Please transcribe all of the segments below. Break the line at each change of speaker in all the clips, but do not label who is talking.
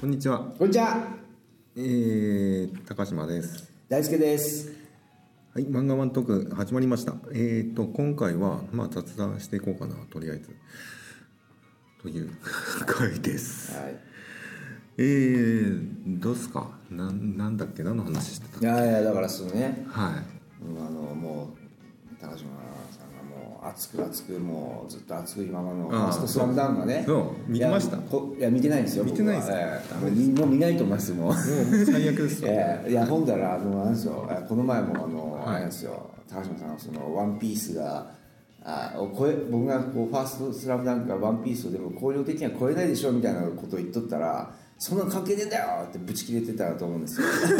こんにちは。
こんにちは
えー、高島です。
大輔です
はい、漫画ワントーク始まりました。えーと今回はまあ雑談していこうかなとりあえずという回です。
はい
えー、どうっすか。なんなんだっけ何の話してた。
いやいやだからそのね
はい。
うんあのもう高島さんがもう熱く熱くもうずっと熱いままの「
ああ
ファーストスラムダンクがね
そう見てました
いやこいや見てないんですよ
見てないです
僕はええもう見もう見ないと思いますもう
もう最悪ですよ。
ええいやほんだらあのなんですよえこの前もあの、あれですよ高島さんがその「ワンピースがあを超え僕がこう「ファーストスラムダンクが「ワンピースをでも工業的には超えないでしょみたいなことを言っとったら「そんなの関係ねえんだよ!」ってブチ切れて たと思うんですよ覚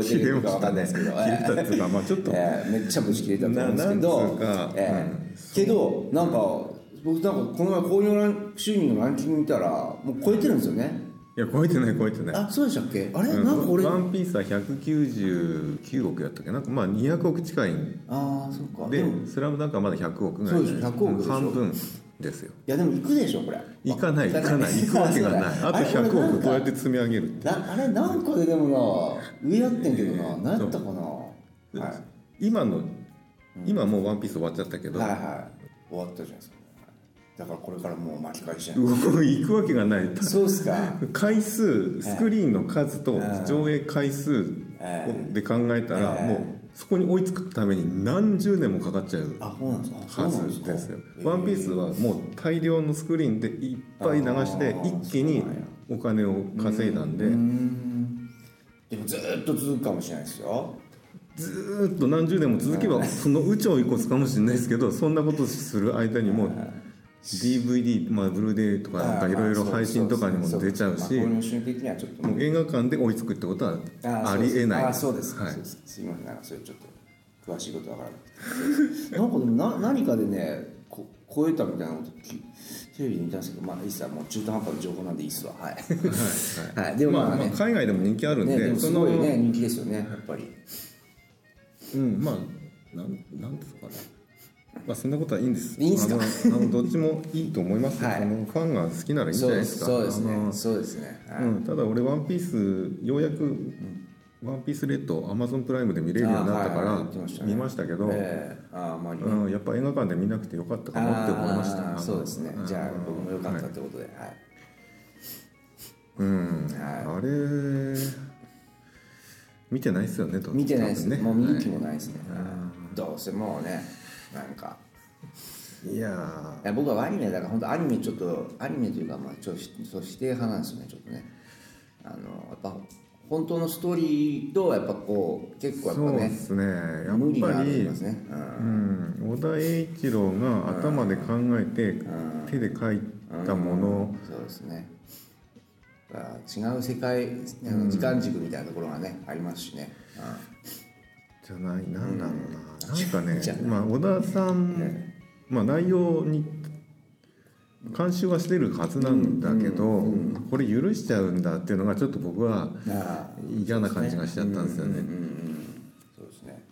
えて
切れ
る
ま
か分
し
か
た
んな
ね。
いです
切
け
れ
ど、
たっていうかまあちょっと。
ええめっちゃぶち切れたと思うんですけ
ななん
ど
つうか
ええけどなんか僕なんかこの前工業ラン収入のランキング見たらもう超えてるんですよね
いや超えてない超えてない。
あそうでしたっけあれ、
うん
なんか俺
ワ
あ
ンピースは199億やったっけなんかまあ200億近いん
あーそっか
で「
も
スラムダンクはまだ100億ぐらい
そうでしょ100億でしょ
半分ですよ
いやでも行くでしょこれ
行かない行かない 行くわけがないあと100億こうやって積み上げる
なあれ何個ででもな上やってんけどな何やったかなはいは
今の今もう「ワンピース終わっちゃったけ
い
ど
はい終わったじゃないですかだからこれからもう巻き返しじゃない
行くわけがない
そうっ すか
回数スクリーンの数と上映回数で考えたら
ええ
もうそこに追いつくために何十年もかかっちゃう
あそうなんですかそう
は
なん
ずですよ「
え
ワンピースはもう大量のスクリーンでいっぱい流して
あー
一気に
そうなんや
お金を稼いだんで
うーんでもずーっと続くかもしれないですよ
ずーっと何十年も続けばその宇宙を遺骨かもしれないですけどそんなことする間にも DVD、まあ、ブルーデイとかなんかいろいろ配信とかにも出ちゃうし
こ
も
の瞬的にはちょっと
う映画館で追いつくってことはありえない
あそうです
は
あ
い
そうです、はい、すいませんなんかそれちょっと詳しいことわからなくてなんかでもな何かでねこ超えたみたいなこときテレビで見たんですけどまあいいっすわもう中途半端な情報なんでいいっすわはいはい、でも
ま
ま
あ
あ
まあ
ね,、
海外でも人気あるん
ねで
で
も
そ
す
の
ごいね人気ですよねやっぱり
うんまあなんなんですかねまあそんなことはいいんです
いいんすか
あのあのどっちもいいと思いますよ、
はい
あのファンが好きならいいんじゃ
そう
ないで
で
す
す
か
そうです
あの
ねそうですね、はい
うん、ただ俺「ワンピースようやく「ワンピースレッドアマゾンプライムで見れるようになったか
あ
ら
はいはい言ってましたね
見ましたけど、
ええああまあ
うん、やっぱ映画館で見なくてよかったかなって思いました
あーそうですねじゃあ
うん
僕もよかったってことで、はい
うん、あれ見てないですよねと
見てないですね
多
もう
分
見る気もないですね、はいどうせもうねなんか
いや
いや僕はアニメだから本当アニメちょっとアニメというかまあちょっとそう否定派なんですよねちょっとねあのやっぱ本当のストーリーとやっぱこう結構
ー
やっ
そ
ぱ
うで
ね
すねや
無理
っ
が
ぱ
あり
り
ますねう
うんん、小田栄一郎が頭で考えて手で描いたもの
そうですねだから違う世界あの時間軸みたいなところがね、ありますしね、
じゃないなんだろうな、なんかね
じゃない
まあ小田さん、まあ、内容に監修はしてるはずなんだけど、これ許しちゃうんだっていうのがちょっと僕は
うん、ああ
嫌な感じがしちゃったんですよね。
うんうんうんそうですね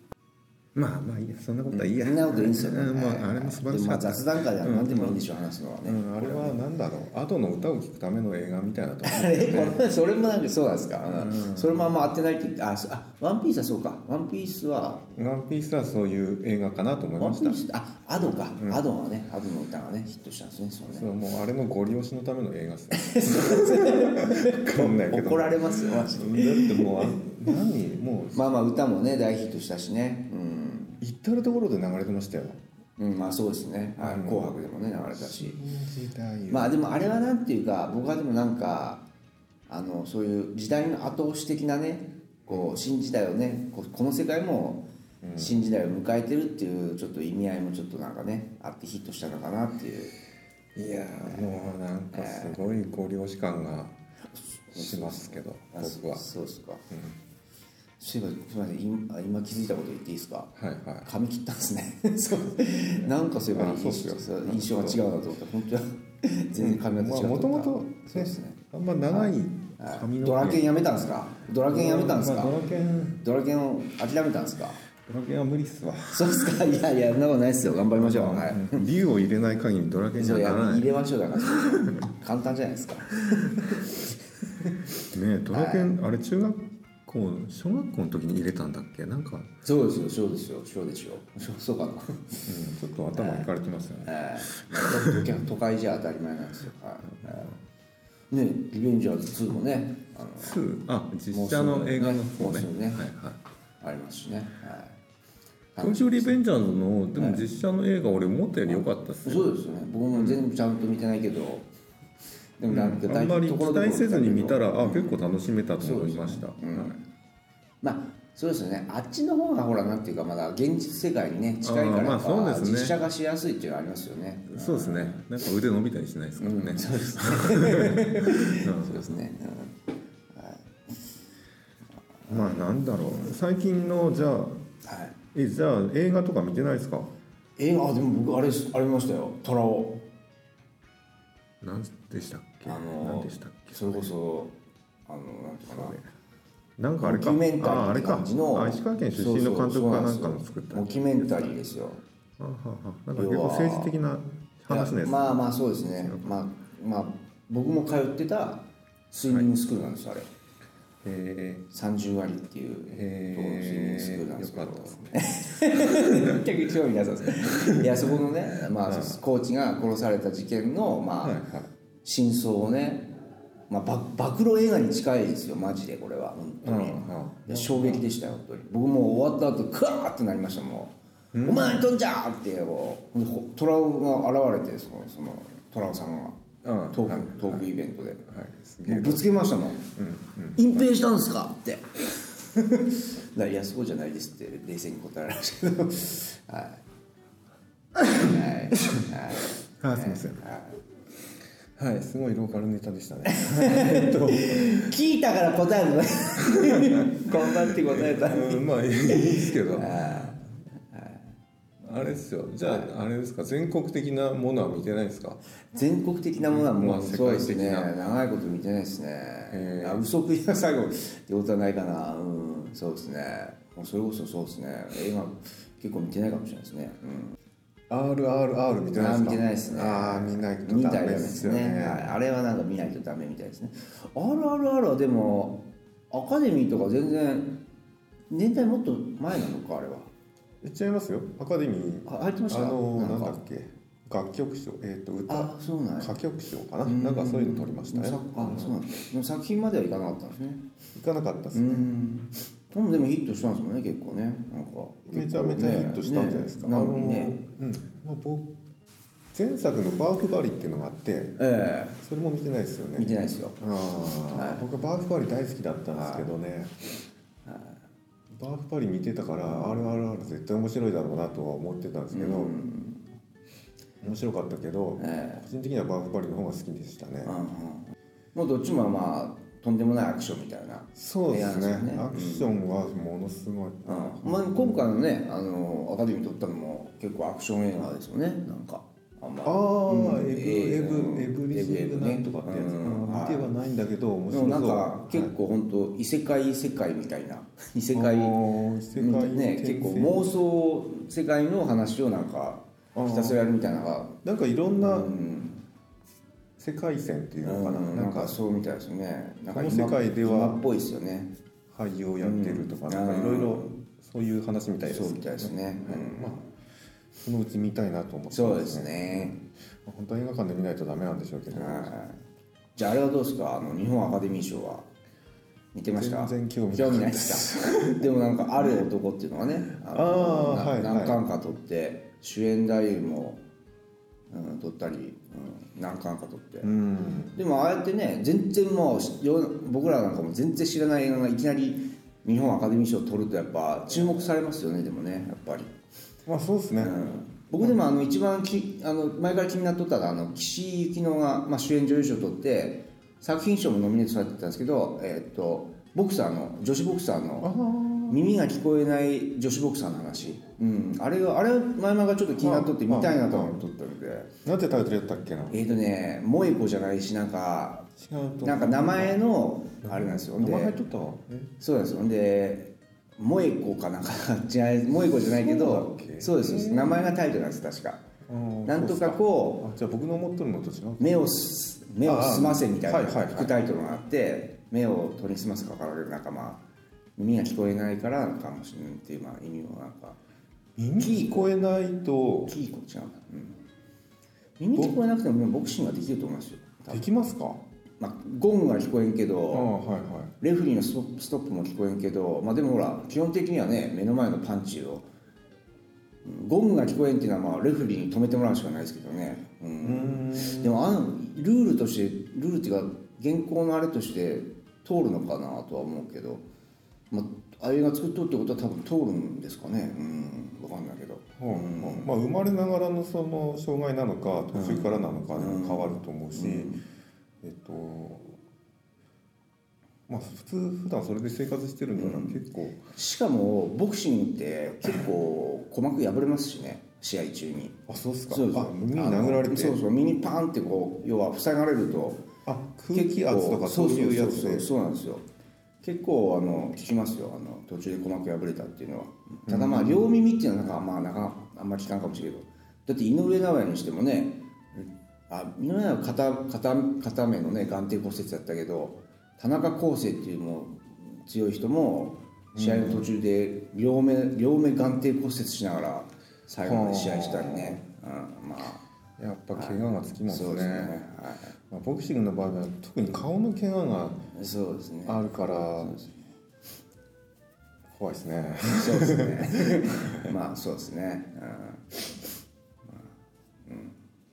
まあまあいいやそんなことはいいや。
そんなこといいんですよね、
うん
は
まああれも素晴らしか
でまあ
った。
雑談会では何でもいいんでしょう、話すのはね、
うん、あれはなんだろう後の歌を聴くための映画みたいなと思う
あれこれそれもなんかそうなんですか、うんそれもあんま合ってないって言ってあそあワンピースはそうかワンピースは
ワンピースはそういう映画かなと思い
ワ
ま
ン
し
ピ
た
ースってあアドか、アドはねアドの歌がねヒットしたんですねそうね
そうもうあれのご利用しのための映画っ すねわかんないけど
怒られますよマジで
だってもうあ何もう
まあまあ歌もね大ヒットしたしねうん、
至る所で流れてましたよ
うん、まあそうですね、はい紅白でもね流れたし
時代
まあでもあれはなんていうか僕はでもなんかあのそういう時代の後押し的なねこう新時代をねこうこの世界も新時代を迎えてるっていうちょっと意味合いもちょっとなんかねあってヒットしたのかなっていう
いやーもうなんかすごいご利用し感がしますけど
あそ
僕は
そうですか、すいませんすいません今今気づいたこと言っていいですか
はいはい
髪切ったんですね そうなんかそういえば
あそうっすよ
そう印象が違うなと思って本当は全然髪型違
まあ
うと思
も
っ
と
た
もと
そうですね
あんま長い髪の毛
ドラケンやめたんですかドラケンやめたんですか、
まあドラケン
ドラケンを諦めたんですか
ドラケンは無理っすわ
そうですかいやいやそんなことないですよ頑張りましょうは
竜を入れない限りドラケン
い
に
そ
は
うや
ならな
入
い
れましょうだから簡単じゃないですか
ねドラケンあれ中学校小学校の時に入れたんだっけなんか、うん
そうですよ、そうですよ、そうですよ。そうそうかな。
ちょっと頭いかれてますよね
えー、都会都会じゃ当たり前なんですよ。はいえーね、リベンジャーズ2もね、あの
ツーあ実写の映画の方
もう
ね
すぐね
はいはい
ありますしね。はい
東京リベンジャーズのでも実写の映画俺思ったより良かったっすね
そうですよね僕も全部ちゃんと見てないけど、でもなんか
あんまり期待せずに見たらあ
うん
結構楽しめたと思いました、
うん
はい
まあそうですよねあっちの方がほらなんていうかまだ現実世界にね近いか
あ
ら
ーまあそうですね
実写がしやすいっていうのはありますよね
そうですねなんか腕伸びたりしないですからね、
うんそうですねそうですね、
まあなんだろう最近のじゃあ
うんはい
えじゃあ映画とか見てないですか
映画あでも僕あれですあれ見ましたよ「虎を
なんでしたっ」け、
あ
なん
の
でしたっけ
それこそあのなんていうかな
なんかあれか
モキュメンタリ
あ
ー
あ
っ
れ
て
か
感じの
あ石川県出身の監督かなんかの作った
そうそうそうなんですよモキュメンタリーですよ
あははなんか結構政治的な話ね
いやまあまあそうですねまあまあ僕も通ってたスイミングスクールなんですよ、あれ
えー
30割っていうところのスイミングスクールなんですけど、
よかったですね
結局興味なさそうで すねいやそこのね、まあ、コーチが殺された事件の、まあ
はいはい
真相をね、まあ、ば暴露映画に近いですよマジでこれは本当に、
う
衝撃でしたよ本当に僕もう終わった後クワーってなりましたもう、お前飛んじゃーってこうほトラウが現れてそのそのトラウさんが
うん
トーク,、トークイベントで、
はいすげ
もう
え
ぶつけましたもん、隠蔽したんですかってだいやそうじゃ ないですって冷静に答えられましたけど はいはいはい
あすみません
はい
はいすごいローカルネタでした ね
聞いたから答えるの 頑張って答えた
うんまあいいですけどあれですよじゃああれですか全国的なものは見てないですか
全国的なものは
ま
も
あ
うそうですね
世界的
長いこと見てないですねあ嘘食いは最後ってことはないかなうんそうですねもうそれこそそうですね映画結構見てないかもしれないですね、うん、
RRR 見てない
あ
です
ー見
か
てないですね
ああ見ないと
見
ダ
たら
メ
ダメ
で
ですす
よ
ね
ね
はい、あれはなんか見ないとダメみたいですねあるあるあるはでもアカデミーとか全然年代もっと前なのかあれは
言っちゃいますよアカデミー
あ入ってました
あの
な
ー
んか
なんだっけ楽曲賞えっ、と歌
あそうなんや
歌曲賞かななんかそういうの取りましたね
さあそうなんだでも作品まではいかなかったんですね
いかなかったっす
う
ね、
んでもでもヒットしたんですもんね結構ねなんか
めちゃめちゃヒットしたんじゃないですか、
ね
あ
な
の
のにね
うんまあ、僕前作の「バーフバリ」っていうのがあって
え
それも見てないですよ
え
ね
見てないですよ
ああ僕はバーフバリ大好きだったんですけどねバーフバリ見てたから「RRR」絶対面白いだろうなとは思ってたんですけど、面白かったけど、
え
個人的にはバーフバリの方が好きでしたね、
うんうんもうどっちもまあとんでもないアクションみたいな
そうですね
映画なんですよ
ア
ね
クションはものすごい、
うんまあ、今回のねあのアカデミー撮ったのも結構アクション映画ですよねなんかあんま
ああ、
うん
エブエブエブリシングなんとかってやつ、
エブエブね
うん見てはないんだけど面
で
白そ
も
う
なんか結構本当異世界世界みたいな異世界
あー異世界
ね
転生
結構妄想世界の話をなんかひたすらやるみたいなのが
なんかいろんな
うん
世界線っていうのかな、
うん
な
なんん
か
かそうみたいですよねなんか
この世界では
今っぽいですよね
俳優をやってるとか、
うん
なんかいろいろそういう話みたいです
そう
け
み
ど
たいですね、うん
まあそのうち見たいなと思って
そうですね
まあ本当は映画館で見ないとダメなんでしょうけど、
はいじゃああれはどうですかあの日本アカデミー賞は見てました
全然興味ない
ないで すかでもなんか「ある男」っていうのがねあ
あー
な
はい
何巻か取って主演男優も、うん、取ったり、うん、何巻か取って、
うん
でもああやってね全然もうしよ僕らなんかも全然知らない映画がいきなり日本アカデミー賞を取るとやっぱ注目されますよねでもねやっぱり。
まあそうですね、
うん僕でもあの一番きあの前から気になっとったのがあの岸井ゆきのが、まあ、主演女優賞を取って作品賞もノミネートされてたんですけど、えーっとボクサーの女子ボクサーの耳が聞こえない女子ボクサーの話、うん、あれがあれ前々がちょっと気になっとって
まあ
見たいなと思っとったので、
なんてタイトルやったっけな違
えーっとね萌子じゃないしなんか
うと
なんか名前のあれなんですよ
名前入っ
で
とったわえ
そうなんですよで萌子かなんか違う萌子じゃないけど
そうだっけ
そうですそうです名前がタイトルなんです確か。
あー
なんとか
そうっ
こ
すかあじゃあ僕の思ってるのと違う
う目をす目を澄ませ」みたい
ああ
な
はいはいはい
副タイトルがあって目を取り澄ませかかられるなんかまあ耳が聞こえないからかもしれないっていうまあ意味をなんか
耳聞こえないと
キーコ違うんだ、うん、耳聞こえなくてもボクシングはできると思いますよ多
で
分
きますか
まあ、ゴングは聞こえんけ
あ
ど、
はいはい
レフェリーのストップストップも聞こえんけど、まあ、でもほら基本的にはね目の前のパンチをうんゴングが聞こえんっていうのはまあレフェリーに止めてもらうしかないですけどね、う
うんん
でもあのルールとしてルールっていうか現行のあれとして通るのかなとは思うけど、まあ、あれが作っとるってことは多分通るんですかねうん分かんないけど
はいはいまあ、生まれながらのその障害なのか途中からなのかでも変わると思うし、えっとまあ普通普段それで生活してるんなら結構、
しかもボクシングって結構鼓膜破れますしね試合中に
あそうっすか
そうです
あ耳に殴られて
あのそうそう耳パーンってこう要は塞がれると
あ空気圧とか
そ
そうう
そ
いうう
そ
や
う
つ
そう
で
そうなんですよ結構あの聞きますよあの途中で鼓膜破れたっていうのはただまあ両耳っていうのはなんかまあなかなかあんまり聞かんかもしれないけどだって井上尚弥にしてもねあ井上尚弥は片片片目のね眼底骨折だったけど田中康生っていうもう強い人も試合の途中で両目両目眼底骨折しながら最後まで試合したりね、うん、まあ
やっぱ怪我がつきます
そう
ね
ですねは
まあ、ボクシングの場合は特に顔の怪我が
いそうですね
あるから怖いですね
そうです ね。まあそうですね。うん。まあうん。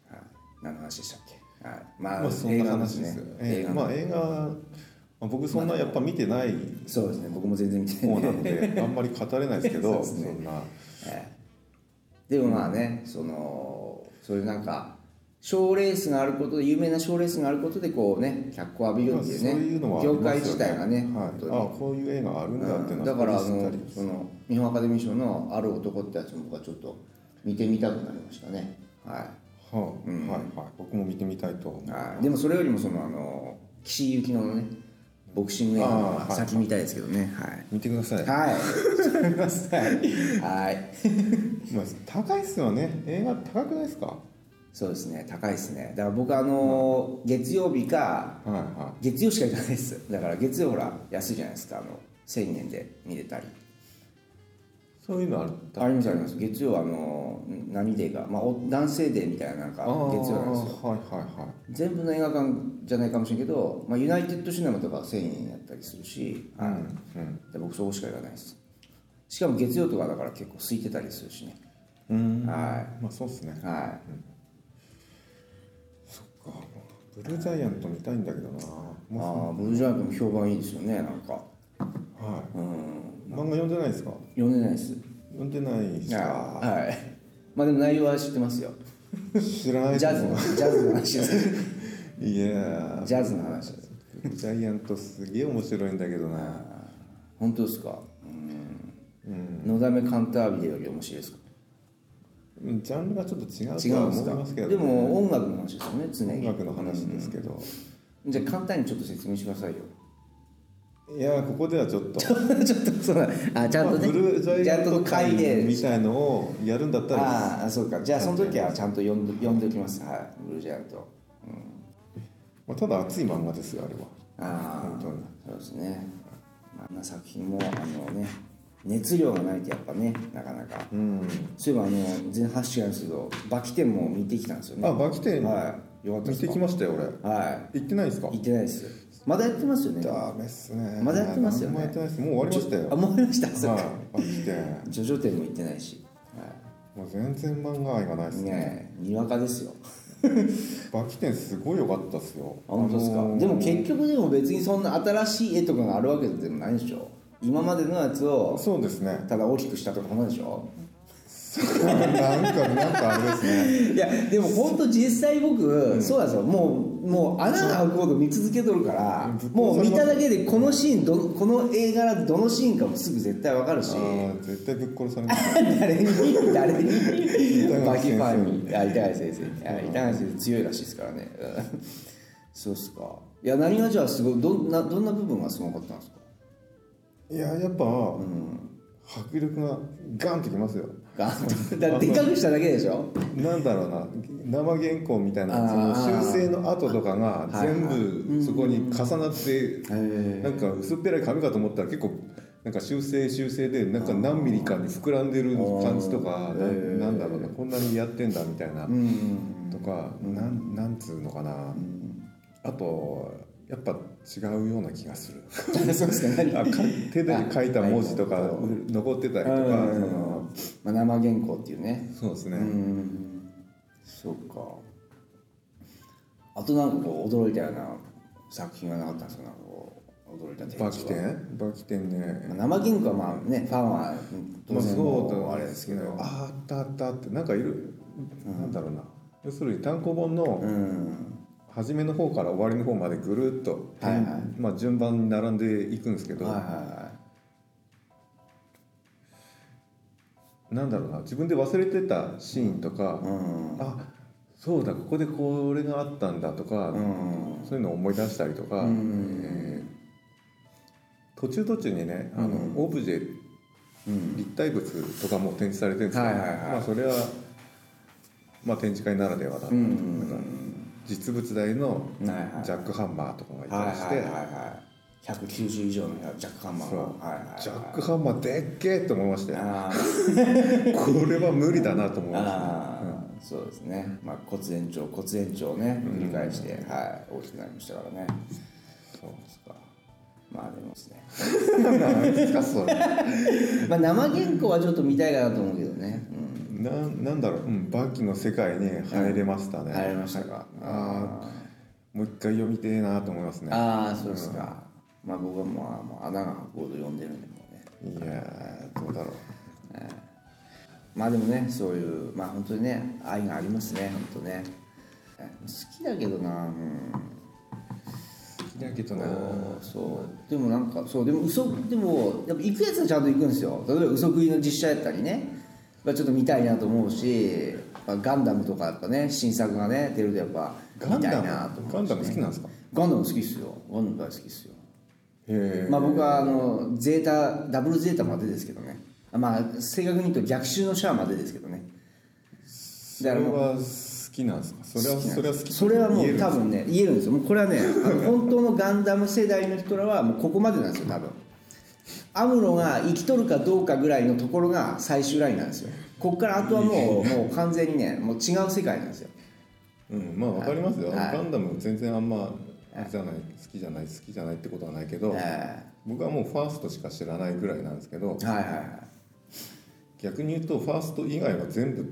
はい。何の話でしたっけ。はい。まあ、
まあそんな
映画
話です、ええ
映画の、
まあ映画、まあ、僕そんなやっぱ見てない
そうですね。僕も全然見てな
方
い。
なの であんまり語れないですけど
そ
そ,、
うですね
んな
でもまあね、そのそういうなんか賞ーレースがあることで有名な賞ーレースがあることでこうね脚光を浴びる
ま
っ
あ
て
そう
いうね、
いうのはあり
業
ま
界
すよ
自体がね、
はい、あ
本当に
こういう映画あるんだっていうの
だからあ
知った
の
り
その日本アカデミー賞の「ある男」ってやつも僕はちょっと見てみたくなりましたね、はい、
はあはいはい僕も見てみたいと思う
はい、でもそれよりもそのあの岸井ゆきのねボクシング映画の
あーは
方が
い
先みたいですけどねはい
見てください、
はい はい、はい、
まあ、高いっすよね映画高くないですかは
そうですね高いですねだから僕あの月曜日か
いは
月曜しか行かないですだから月曜ほら安いじゃないですかあの1000円で見れたり
いそういうのある
ありますあります月曜はあの何デーか、まあ、お男性デーみたいななんか
あ
月曜なんですよ
はいはいはい
全部の映画館じゃないかもしれんけど、まあ、ユナイテッドシネマとかは1000円やったりするし、はい
うん
で僕そこしか行かないですしかも月曜とかだから結構空いてたりするしね
うん
は
まあそうっすね
いは
そっかブルージャイアント見たいんだけどないも
ああブルージャイアントも評判いいですよねなんか
うは
うん
い漫画読んでないですか
読んでないです
読んでないし
ああはいまあでも内容は知ってますよ
知らない
ジャズのジャズの話です
いやー
ジャズの話です
ジャイアントすげえ面白いんだけどな
本当ですかうんのだめカンタービレより面白いですか
うんジャンルがちょっと違う
違
とは
うんです
思
か
いますけど、
でも音楽の話ですよね
音
常に
楽の話ですけど、
じゃあ簡単にちょっと説明してくださいよ
いやーここではちょっと
ちょっとそうだあちゃん
ま
と
あ
ね
ブルージャ
ち
イ
ゃ
ア
ん
ン
と
ト
会
会
で
みたいのをやるんだったら
ああそうかじゃあその時はちゃんと読んで読んでおきますはいブルージャイアント
まあ、ただ熱い漫画ですよあれは
ああ
本当に
そうですねあんな作品もあのね熱量がないとやっぱねなかなか
うん
そういえばあの全然話違うんですけどバキ店も見てきたんですよね
あバキテン
はいよかったで
見
す
て
か
きましたよ俺
は
行ってないんです
い
か
行ってないですまだやってますよね
ダメっすね
まだやってますよね
何もやってないですもう終わりました
あ
よ
もう終わりましたそう
は
か
いバキテン
ジョジョ店も行ってないしは
もう全然漫画愛がないっ
い
すね
ねえにわかですよ
バキテンすごい良かったっすよ
あ本当ですか、
あのー
でも結局でも別にそんな新しい絵とかがあるわけでもないでしょ今までのやつを
そうですね
ただ大きくしたとかそんなんでしょ
なんかなんかあれですね。
いやでも本当実際僕、そうなんですよもうもう穴が開くほど見続けとるから
ぶっ
もう
殺されます
見ただけでこのシーンどこの映画のどのシーンかもすぐ絶対わかるし
ああ絶対ぶっ殺されます。
誰に誰に
橋
バキファンにあ板橋先生にあ板橋先生強いらしいですからねうんそうっすかいや何がじゃあすごいどんなどんな部分がすごかったんですか
いややっぱ、迫力がガンときますよ。
ガンと だからでっかくしただけで しょ
なんだろうな生原稿みたいなそ
あー
の修正の後とかが
はい
全
はい
部そこに重なって
へ
なんか薄っぺらい紙かと思ったら結構なんか修正修正でなんか何ミリかに膨らんでる感じとか
あー
ななんだろうなこんなにやってんだみたいな
うん
とかなんなんつうのかなあとやっぱ違うような気がする
そうです か何
あか手で書いた文字とか
あはい
残ってたりとかその
まあ、生原稿っていうね
そうです
う
ね
んそうかあとなんかこう驚いたような作品はなかったんですかなんかこう驚いた展
バ
示
キ
は
店バキ店ね
まあ生原稿はまあねファンは
ま
当
あ
然
そうだ
あれですけど
ああったあったってなんかいる、なんだろうな要するに単行本の
うん
初めの方から終わりの方までぐるっと、
はいはい
まあ、順番に並んでいくんですけど、
はいはいは
なんだろうな自分で忘れてたシーンとか、
いうん
あそうだここでこれがあったんだとか、
うん
そういうのを思い出したりとか、
うん
えー途中途中にねあの、オブジェ
うん
立体物とかも展示されてるんですけど、
はいはいはい
まあ、それは、まあ、展示会ならではだな,、
うん
なんか実物大の
はいはい
ジャックハンマーとかがい
はい
たりして、
はいはいはい190以上のジャックハンマー
そう
のはいはいはい
ジャックハンマーでっけえと思いましたよ
あ
これは無理だなと思
ー
いました
あー、そうですね、まあ、骨延長骨延長をね繰り返して、はい、大きくなりましたからねそうですかまあでもです ね
何ですかそれ
まあ生原稿はちょっと見たいかなと思うけどね、
なんなんだろう、うん、バキの世界に入れました
う
ね、
ん、入りましたか
あもう一回読みてえなと思いますね
ああそうですか、まあ僕はもうもう穴が履くほど読んでるんでもうね
いやーどうだろう
まあでもねそういうまあ本当にね愛がありますね本当ね好きだけどなうん
好きだけど
そ
な
うそうでもなんかそうでも嘘でもやっぱ行くやつはちゃんと行くんですよ例えば嘘食いの実写やったりねまあちょっと見たいなと思うし、まあ、ガンダムとかやっぱね新作がね出るとやっぱ
ガ
見
ン
た
ダ
い
ム
なと思うし、ね、
ガンダム好きなんですか
ガンダム好きっすよガンダム大好きっすよ
へえ
まあ、僕はあのゼータダブルゼータまでですけどねあまあ正確に言うと逆襲のシャアまでですけどね
そ
だ
れ
からもう
は好きなんですかそれはそれは好き
それはも
言える
う
で
ん
す
多
か
分ね言えるんですよもうこれはねあ の本当のガンダム世代の人らはもうここまでなんですよ多分アムロが生きとるかどうかぐらいのところが最終ラインなんですよこっからあとはもうもう完全にねもう違う世界なんですよ
うんまあわかりますよ、
はい
ガンダム全然あんまじゃない好きじゃない好きじゃないってことはないけど、
え
僕はもうファーストしか知らないぐらいなんですけど
えはいはいはい
逆に言うとファースト以外は全部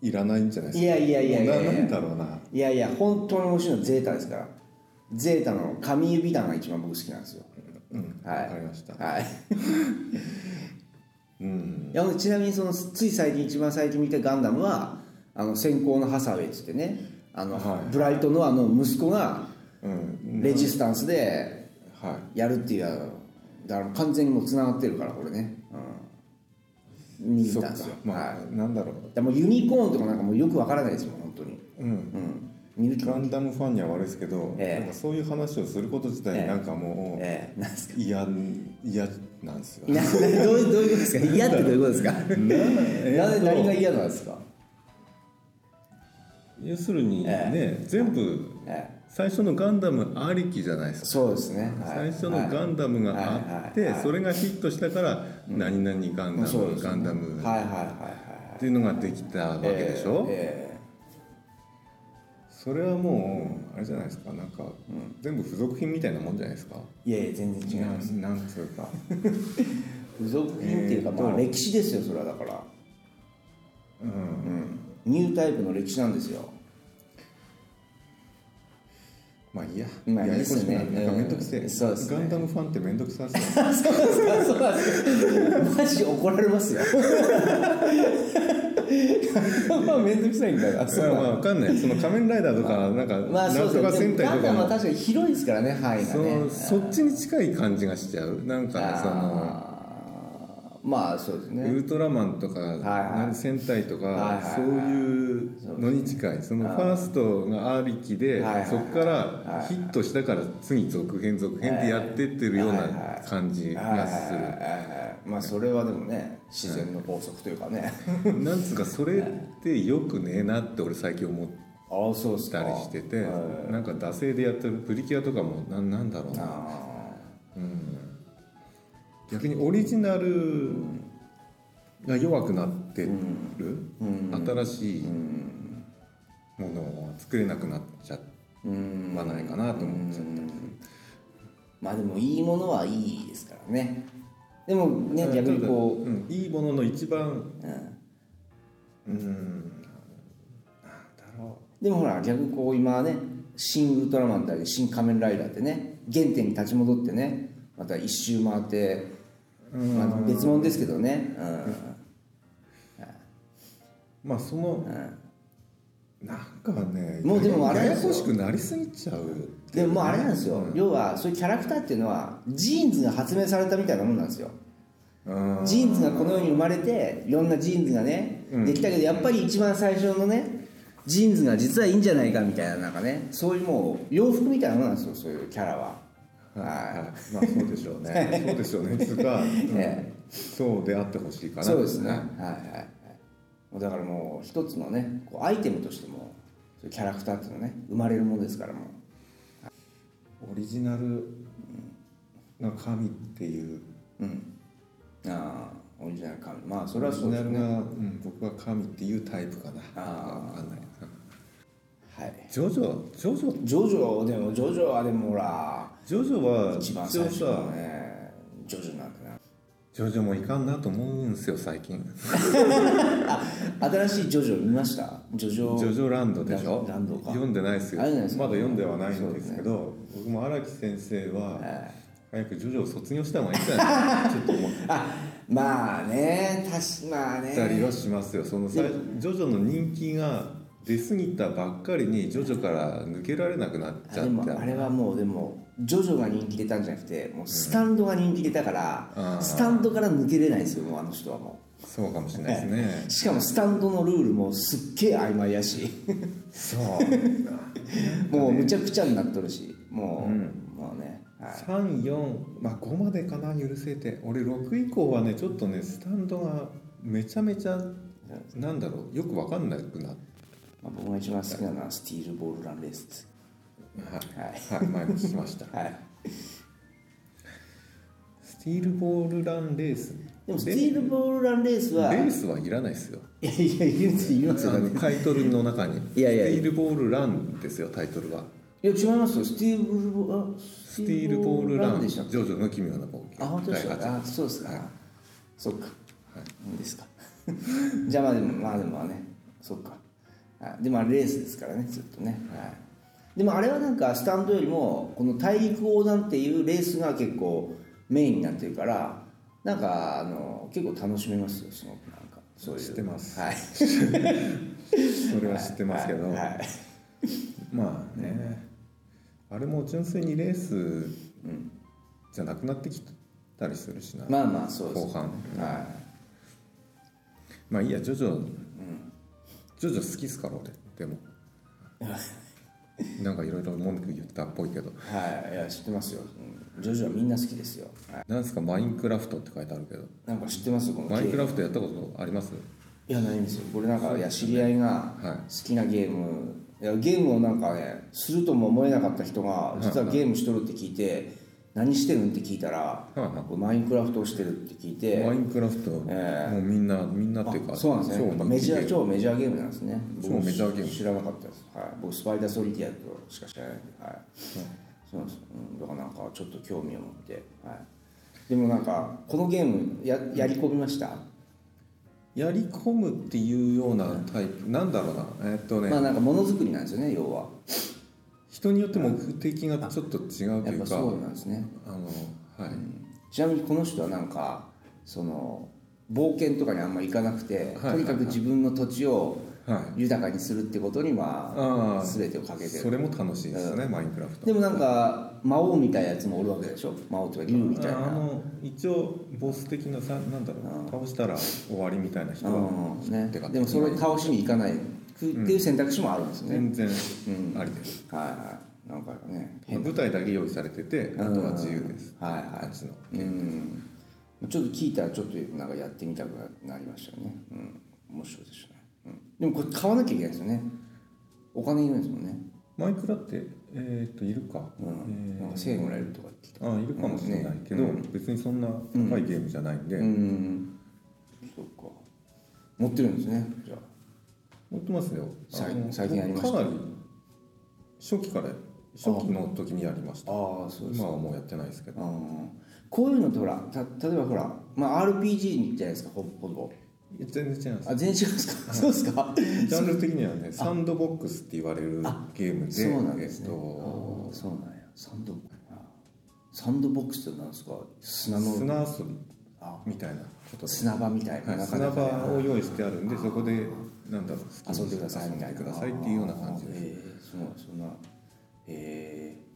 いらないんじゃないですか
いやいやいやいやい
も
や
うななんだろうない
やいや本当に面白いのはゼータですからゼータの神指弾が一番僕好きなんですよ
うん、
はい
わかりました
はい
うん
いやちなみにそのつい最近一番最近見たガンダムはあの先行のハサウェイっつってねあの、
はい
ブライト・ノアの息子が
うん
レジスタンスで
はい
やるっていうあのだから完全にもうつながってるからこれね、うん、見に行
そ
っ
った
ん
か
ですよ、
まあ、
はい、
なんだろう
でもうユニコーンとかなんかもうよくわからないですもん本当に、
うん
うん、見る気
ガンダムファンには悪いですけど、
ええ
なんかそういう話をすること自体なんかもう
ええなんすか
嫌、嫌なんですよ
ななどういうどういうことですか嫌ってどういうこと ですかな
え
ん
っ
で
と
何が嫌なんですか、
要するにね、
え
全部
ええ
最初のガンダムありきじゃないですか
そうですね、は
最
い
初のガンダムがあっ
はいはい
て
はい
それがヒットしたから何々ガンダ
そうで
ム
すね
ガンダム
はい
っ
はいはいはい
ていうのができたわけでしょ
え
それはもうあれじゃないですかなんか全部付属品みたいなもんじゃないですか
えいやいや全然違い
な
ます
なんつうか
付属品っていうか、まあ、
えーと
歴史ですよそれはだから、
うん
うん、ニュータイプの歴史なんですよ
まあいいや
まあ
ややこしくな
です
る
ね
なんかめんどくせ
う
え
んそうですね
ガンダムファンってめんどくさそう
そうですかそうですかマジ怒られ ますよまあ面倒くさいんだから
まあまあわかんないその仮面ライダーとかなんか
まあ
な
そうん
と
で
か
す
戦
ね
隊
ガ
と
ンダ
か
ムは
も
確かに広いですからね範囲が
そ
ね
のそっちに近い感じがしちゃうなんかその
あーまあそうです
ウ
ね
ルトラマンとか、
はい
なん戦隊とか、
はいはいはい
そういうのに近いそのファーストがありきで、
はいはい
そこからヒットしたから次続編続編ってやってってるよう
は
ない
はい
感じがする、
はいはいはいはいまあそれはでもね自然の法則というかね、
なんつうかそれってよくねえなって俺最近思っ
ああそうっす
た
か
りしてて
はい
なんか惰性でやってるプリキュアとかもなんなんだろう
あ
な、
あ
うん、逆にオリジナルが弱くなってる、
うん
新しいものを作れなくなっちゃ
うん
わないかなと思っちゃったりする。
まあでもいいものはいいですからねでもね逆にこう、
うんいいものの一番
うん
うんなんだろ
でもほら逆にこう今ね「新ウルトラマン」だり「新仮面ライダー」ってね原点に立ち戻ってねまた一周回って、
うん
まあ、別物ですけどねうん、
うまあその
うん
なんかね
もうでもあれ
やや
ですよ
こしくなりすぎちゃうってい
で
うね
ももうあれなんですよ、要はそういうキャラクターっていうのはジーンズが発明されたみたいなもんなんですよ
うん
ジーンズがこの世に生まれていろんなジーンズがね、
うん
できたけどやっぱり一番最初のねジーンズが実はいいんじゃないかみたいななんかねそういうもう洋服みたいなもんなんですよそういうキャラは
はい
は
まあそうでしょうねそ うでしょうねつうか、うん
え
そうであってほしいか
い
な
そうですねはいはいはいもうだからもう一つのねこうアイテムとしてもそういうキャラクターっていうのはね生まれるものですからもう
オリジナルな神っていう
うんああオリジナル感まあそれ
オ
は
リジ
そうで
ナ
す
ルな、
ね
うん、僕は神っていうタイプかな
あー
わかんない
はい
ジョジョジョジョ
ジョジョでもジョジョはでもほら
ジョジョは
一番
一
最
応
初の
さ
ねジョジョなんてな
ジョジョもいかんなと思うんすよ最近
新しいジョジョ見ましたジョジョ
ジョジョランドでしょ
ランドか
読んでないですよ
あれじゃないですか
まだ読んではないんですけど僕も荒木先生は、早くジョジョを卒業した方がいいんじゃないかな ちょっと思っ
あまあね確かまあ
たり
ね
はしますよその最ジョジョの人気が出過ぎたばっかりにジョジョから抜けられなくなっ
あ
ちゃ
で
っ
も
た
あれはもうでもジョジョが人気出たんじゃなくてもうスタンドが人気出たから、
うん
スタンドから抜けれないですよもうあの人はも
そうかもしれないで
うしかもスタンドのルールもすっげえ曖昧やし
すね そう
もうむちゃくちゃになっとるしもう、
うん
もうね、はい
34まあ5までかな許せて俺6以降はねちょっとねスタンドがめちゃめちゃなんだろうよく分かんなくなっ
まあ、僕が一番好きなのはスティールボールランレースです
はい、
は
は
い
い、前もしました
はい
スティールボールランレース
でもスティールボールランレースは
レースはいらないですよ
いやいや言うて言いますよ
あのタイトルの中に「
いやいや
スティールボールラン」ですよタイトルはい
や違いますよスティールボー
「
ル
スティールボールラン」
で
ジ
した
ョ
っけ
ジョの奇妙な冒険
あ本当ですか
第八
あそうですか、そっか、い、いんですか じゃあまあでもまあでもまあねそっかあでもあれレースですからねずっとね、はい、でもあれはなんかスタンドよりもこの大陸横断っていうレースが結構メインになってるからなんかあの結構楽しめますよすごくなんかそういう
知ってます
はい
それは知ってますけど、
はいはい
まあねあれも純粋にレースじゃなくなってきたりするしな、
まあまあそうです
後半
は
まあいいやジョジョ、ジョジョ好きっすから俺で もなんかいろいろ文句言ったっぽいけど
い、はい、いや知ってますよ、うん、ジョジョはみんな好きですよ、はい
なんすかマインクラフトって書いてあるけど
なんか知ってますこのゲー
マイン
ム
クラフトやったことあります
いやないんですよこれなんかいや知り合いが
はい
好きなゲームいやゲームをなんかねするとも思えなかった人が実はゲームしとるって聞いて何してるんって聞いたら
いはい
僕マインクラフトをしてるって聞いて
マインクラフト、
え
もうみんなみんなっていうか
あそうなんですねやっぱメジャー超メジャーゲームなんですね
超
僕
メジャーゲーム
知らなかったです、はい、僕スパイダーソリティアとしか知らないんで、はいそうなんです、うん、だからなんかちょっと興味を持って、はい、でもなんかこのゲームややり込みました、
やり込むっていうようなタイプなんだろうなえーっとね、
まあなんかものづくりなんですよね要は
人によって目的がちょっと違うと
やっ
いう
ぱ
か
そうなんですね
あのはい、
ちなみにこの人はなんかその冒険とかにあんま行かなくて、
はい
とにかく自分の土地を
はい
豊かにするってことにま
あ
あ
ー
全てをかけて
それ
る
も楽しいですね、マインクラフト
でもなんか魔王みたいなやつもおるわけでしょ魔王とか竜みたい
ああ
な
の一応ボス的なさなんだろう倒したら終わりみたいな人は
うんね
ってか
でもそれを倒しに行かないくっていう選択肢もあるんですね、
全然ありです、
はいはいなんかね
舞台だけ用意されててあとは自由です、
はいはい
あっちの
うんちょっと聞いたらちょっとなんかやってみたくなりましたよね、うん、面白いですよね、うん、でもこれ買わなきゃいけないですよねお金いるんですもんね、
マイクだってえーっといるか、
うん、なん
え
か1000円もらえるとかって
ーあいるかもしれないけど、
うん
別にそんな高いゲームじゃないんで、
うんそっか持ってるんですねじゃあ
持ってますよ
さい
あの
最近やりました
かなり初期から初期の時にやりました
ああそうです
今はもうやってないですけど
あーこういうのってほらた例えばほら、まあ、RPG じゃないですかほほぼ
いや全然違うんです
あ全然違うんですかそうですか
ジャンル的にはねサンドボックスって言われるゲームで
そうなんですね、
えっ
あ
と
ーそうなんやサンドサンドボックスって何ですか砂の
砂遊び
あ
みたいなことで
砂場みたいな,、
はい、
なか
砂
なかね
場を用意してあるんでそこでなんだろう
遊んでくださいみたい
遊
な
で
ん
くださいっていうような感じです
あーえーそうそんなえー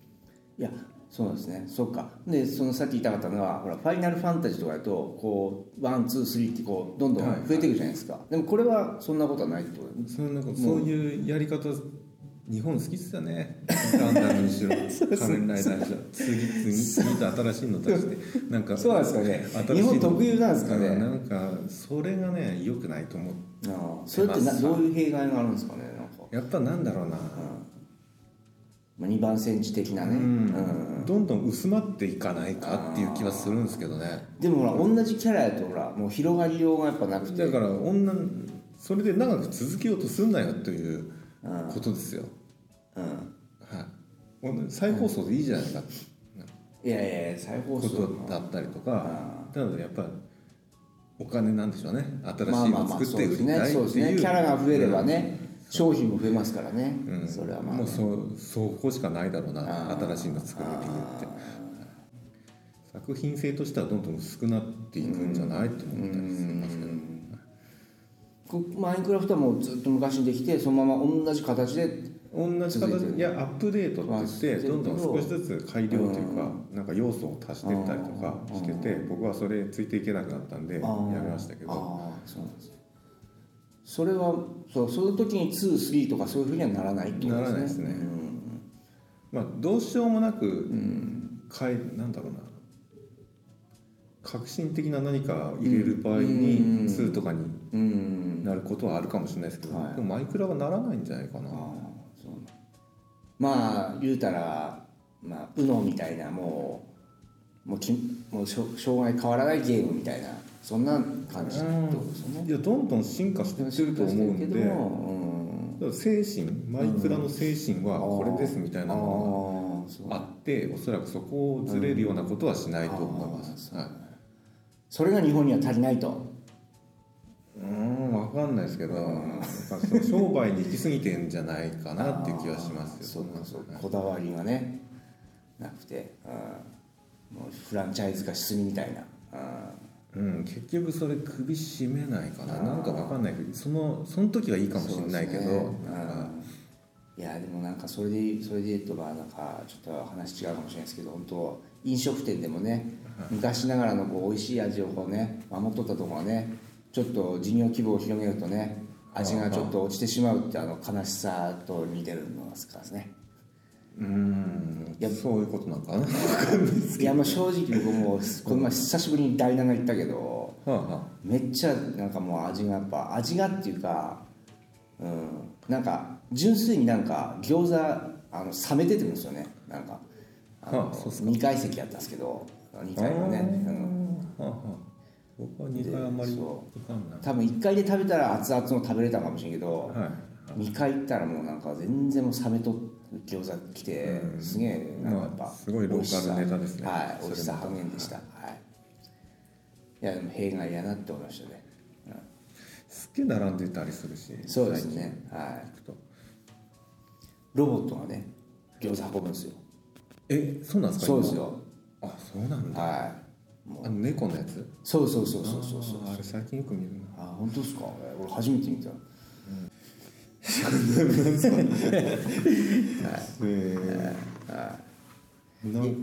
いやそうなんですねそうかでそのさっき言いたかったのはほら「ファイナルファンタジー」とかだとこうワンツースリーってこうどんどん増えていくじゃないですか、でもこれはそんなことはないってことです
そのなんかそういうやり方日本好きっすよねガンダムに しろ仮面ライダーにしろ次々と新しいの出 してなんか
そうなんですかね
新しいの
日本特有なんですかね
うんなんかそれがね良くないと思う
あーそれってな
まあ
どういう弊害があるんですかねなんか、
やっぱなんだろうな、
まあ、2番センチ的なね、うん
どんどん薄まっていかないかっていう気はするんですけどね
でもほら同じキャラやとほらもう広がりようがやっぱなくて
だから女それで長く続けようとすんなよということですよ、
うん
はい女、再放送でいいじゃないかって
いやいやいや再放
こ
送
と
の
だったりと
あ
かただやっぱお金なんでしょうね新し
まあ
い
まあ
の
まあ
作
そ
っ
う
て
で
売
す
りた
ね
い
そう
っ
です
てい
ね
う
キャラが増えればね、商品も増えますからね、
うん
それはまあ、
もうそうそこしかないだろうな
あー
新しいの作る理由って作品性としてはどんどん薄くなっていくんじゃないと思ったりしますけど
こマインクラフトはもうずっと昔にできてそのまま同じ形で
同じ
続いて
形
る
いやアップデート
まあ
って言ってどんどん
してるけど
少しずつ改良というかなんか要素を足してったりとかしてて僕はそれついていけなくなったんでやめましたけど
ああそうなんですねそれはそうその時に23とかそういうふうにはならないってことですね
ならないですねまあどうしようもなく変えなんだろうな革新的な何か入れる場合
うん
に2とかに
うん、うん
なることはあるかもしれないですけど
はい
でもマイクラはならないんじゃないか
あ
な
あそうなんまあ言うたらまあ UNO みたいなもうもうきもうしょ障害変わらないゲームみたいなそんな感じってことですよね
いやどんどん進化してってると思うんで
けど
だか
も
ら精神マイクラの精神はこれですみた
う
い
ん、
なのが
ああそう
あっておそらくそこをずれるようなことはしないと思います。はい、
それが日本には足りないと
うーんわかんないですけど、なんかその商売に行き過ぎてんじゃないかなっていう気はしますよ。
そうかそうかこだわりがねなくて、うん、もうフランチャイズ化しすぎみたいな、
うん、結局それ首絞めないかな、なんかわかんないけど、そのその時はいいかもしれないけど、
そうですね
なんか
うんいやでもなんかそれでそれで言うとまあなんかちょっと話違うかもしれないですけど本当飲食店でもね昔ながらのこう美味しい味をこうね守っとったところはねちょっと事業規模を広げるとね味がちょっと落ちてしまうってあの悲しさと似てるのがすかですね
うーん、いやそういうことなんかな。
いやまあ正直僕もうこの前久しぶりに第7行ったけど
はあはあ
めっちゃなんかもう味がやっぱ味がっていうかうんなんか純粋になんか餃子あの冷めててくるんですよねなんかあの
あそうっす
2階席やったんですけど2階のね
あー
うん
はあはあ僕は2回あんまり
で
行
そ
かんない。
多分1階で食べたら熱々の食べれたかもしれんけど
はい
2階行ったらもうなんか全然もう冷めとる餃子来てすげえなんかやっぱ
まあすごいローカル
美味しさ
ネタですね
はい
それも
美味しさ半減でしたはいいやでも弊害やなって思いましたね
すっげえ並んでたりするし、
そうですね
最
はい
近行くと。
ロボットがね餃子運ぶんですよ
え、そうなんですか。
そうですよ
今。あ、そうなんだ。
はいもう
あの猫のやつ。
そうそうそうそうそうそう
あーあれ最近よく見るな。
あ本当ですか俺初めて見た
ええ。なん
い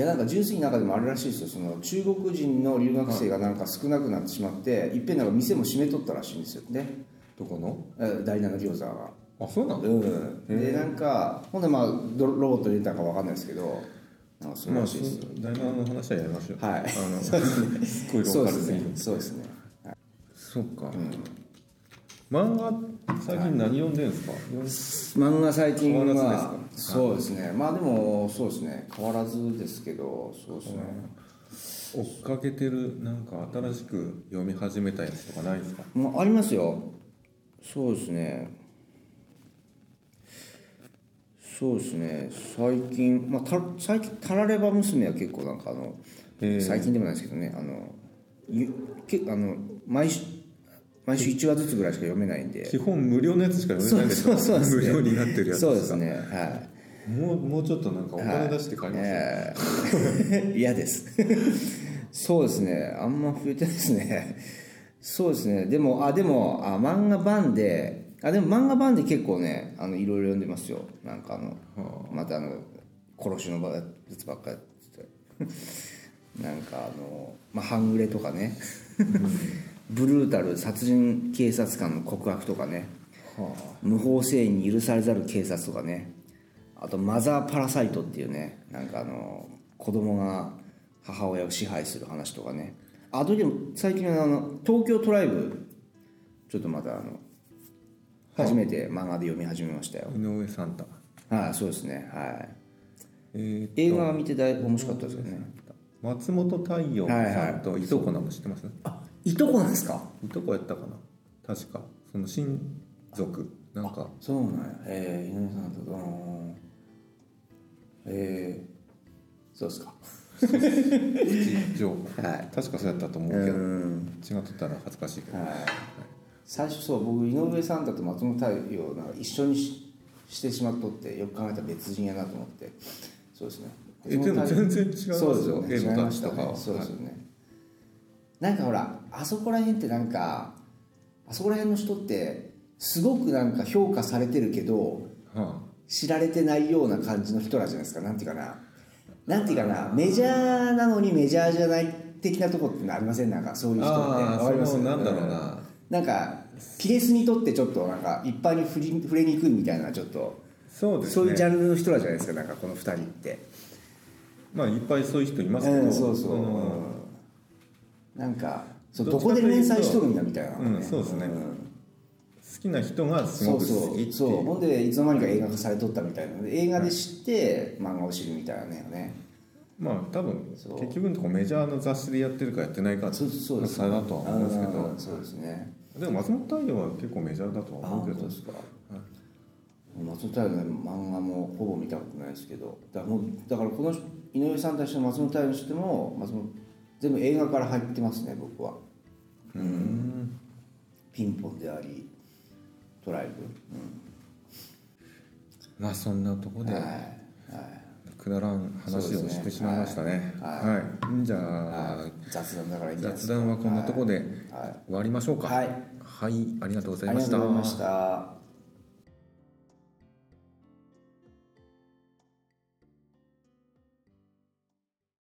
やなんか純粋の中でもあるらしいですよその中国人の留学生がなんか少なくなってしまっていっぺんなんか店も閉めとったらしいんですよね
どこの？
え第7餃子が
あ、そうなの。
うんでなんかほんでまあどロボット入れたかわかんないですけどあ素晴
ま
ら
あ
しいですよ、
大魔の話はやりましょう
はい
あのすっごいロー
そう
カ
で
ル
す
すぎ
ね
る
そうですね
そうか、漫画最近何読んでんですか、読ん
漫画最近
変わら
は
ずですか
そうですねまあでもそうですね変わらずですけどそうですね
追っかけてるなんか新しく読み始めたやつとかないですか
まあありますよそうですねそうですね最近まあた最近タラレバ娘は結構なんかあの、
え
最近でもないですけどねあのゆけあの毎週毎週1話ずつぐらいしか読めないんで
基本無料のやつしか読め
そ
ないん
う
です
そうそうです
無
ね
料になってるやつ
そうですねはい
もうもうちょっとなんかお金出して買いますよ、
え ー嫌です。そうですね。あんま増えてないですね。そうですね。でも、あ、でも、あ漫画版で、あ、でも漫画版で結構ね、あの、いろいろ読んでますよ。なんかあの、またあの、殺しのばやつばっかやって て。なんかあの、まあ、半グレとかね。ブルータル殺人警察官の告白とかね。無法性に許されざる警察とかねあとマザーパラサイトっていうねなんかあの子供が母親を支配する話とかねあとでも最近あの東京トライブちょっとまたあの初めて漫画で読み始めましたよ
井上サンタ
はい、そうですねは
えー
い映画見てだい面白かったですよね
松本太陽さんといとこなの知ってます、
あいとこなんですか
いとこやったかな確かその親族なんか
そうなんやええ井上さんとうんええそうですか
情報、
はい
確かそうやったと思うけど、違ってたら恥ずかしいけど、
最初そう僕井上さんだと松本太陽なんか一緒にししてしまっとってよく考えたら別人やなと思ってそうですね
えでも
松本
全
太
然違います
陽
よ
そうですよね
絵
違い
の
ま
出
し
したと
ね
かは
そうですよね、なんかほらあそこら辺ってなんかあそこら辺の人ってすごくなんか評価されてるけど
は
知られてないような感じの人らじゃないですかなんていうかななんていうかなメジャーなのにメジャーじゃない的なとこってのありませんなんかそういう人って
あー
わかります
そのなんだろうな
なんかピレスにとってちょっとなんか一般に触り触れにくいみたいなちょっと
そうですね
いうジャンルの人らじゃないですかなんかこの二人って
まあいっぱいそういう人いますけど、
うんそうそう、
その
うんなんかそう
ど
ど
っちか
こと
いう
で
と
連載しとるんだみたいな、
うんそうですね好きな人がす
そ
ご
う
く
そ
好きっていう
うそうほんでいつの間にか映画化されとったみたいなので映画で知って漫画を知るみたいなね、
まあ多分
そう
結局のとこメジャーの雑誌でやってるかやってないか
そうそうです
差だとは思うんですけ
あーそうですね
どでも松本太陽は結構メジャーだとは
あ
思う
本
け
当
ど
ですか、松本太陽の漫画もほぼ見たことないですけどだからもうだからこの井上さんたちの松本太陽にしても松本全部映画から入ってますね僕はうんピンポンでありドライ
まあそんなとこ
ブ、
で
はいはい
くだらん話をしてしまいましたね
はい
はいじゃあ
雑談だからいいんじゃないです
雑
か
談はこんなとこで
はい
終わりましょうか
はい
はいありがとうござ
あ
い
り
ま
が
し
とうございま
た
した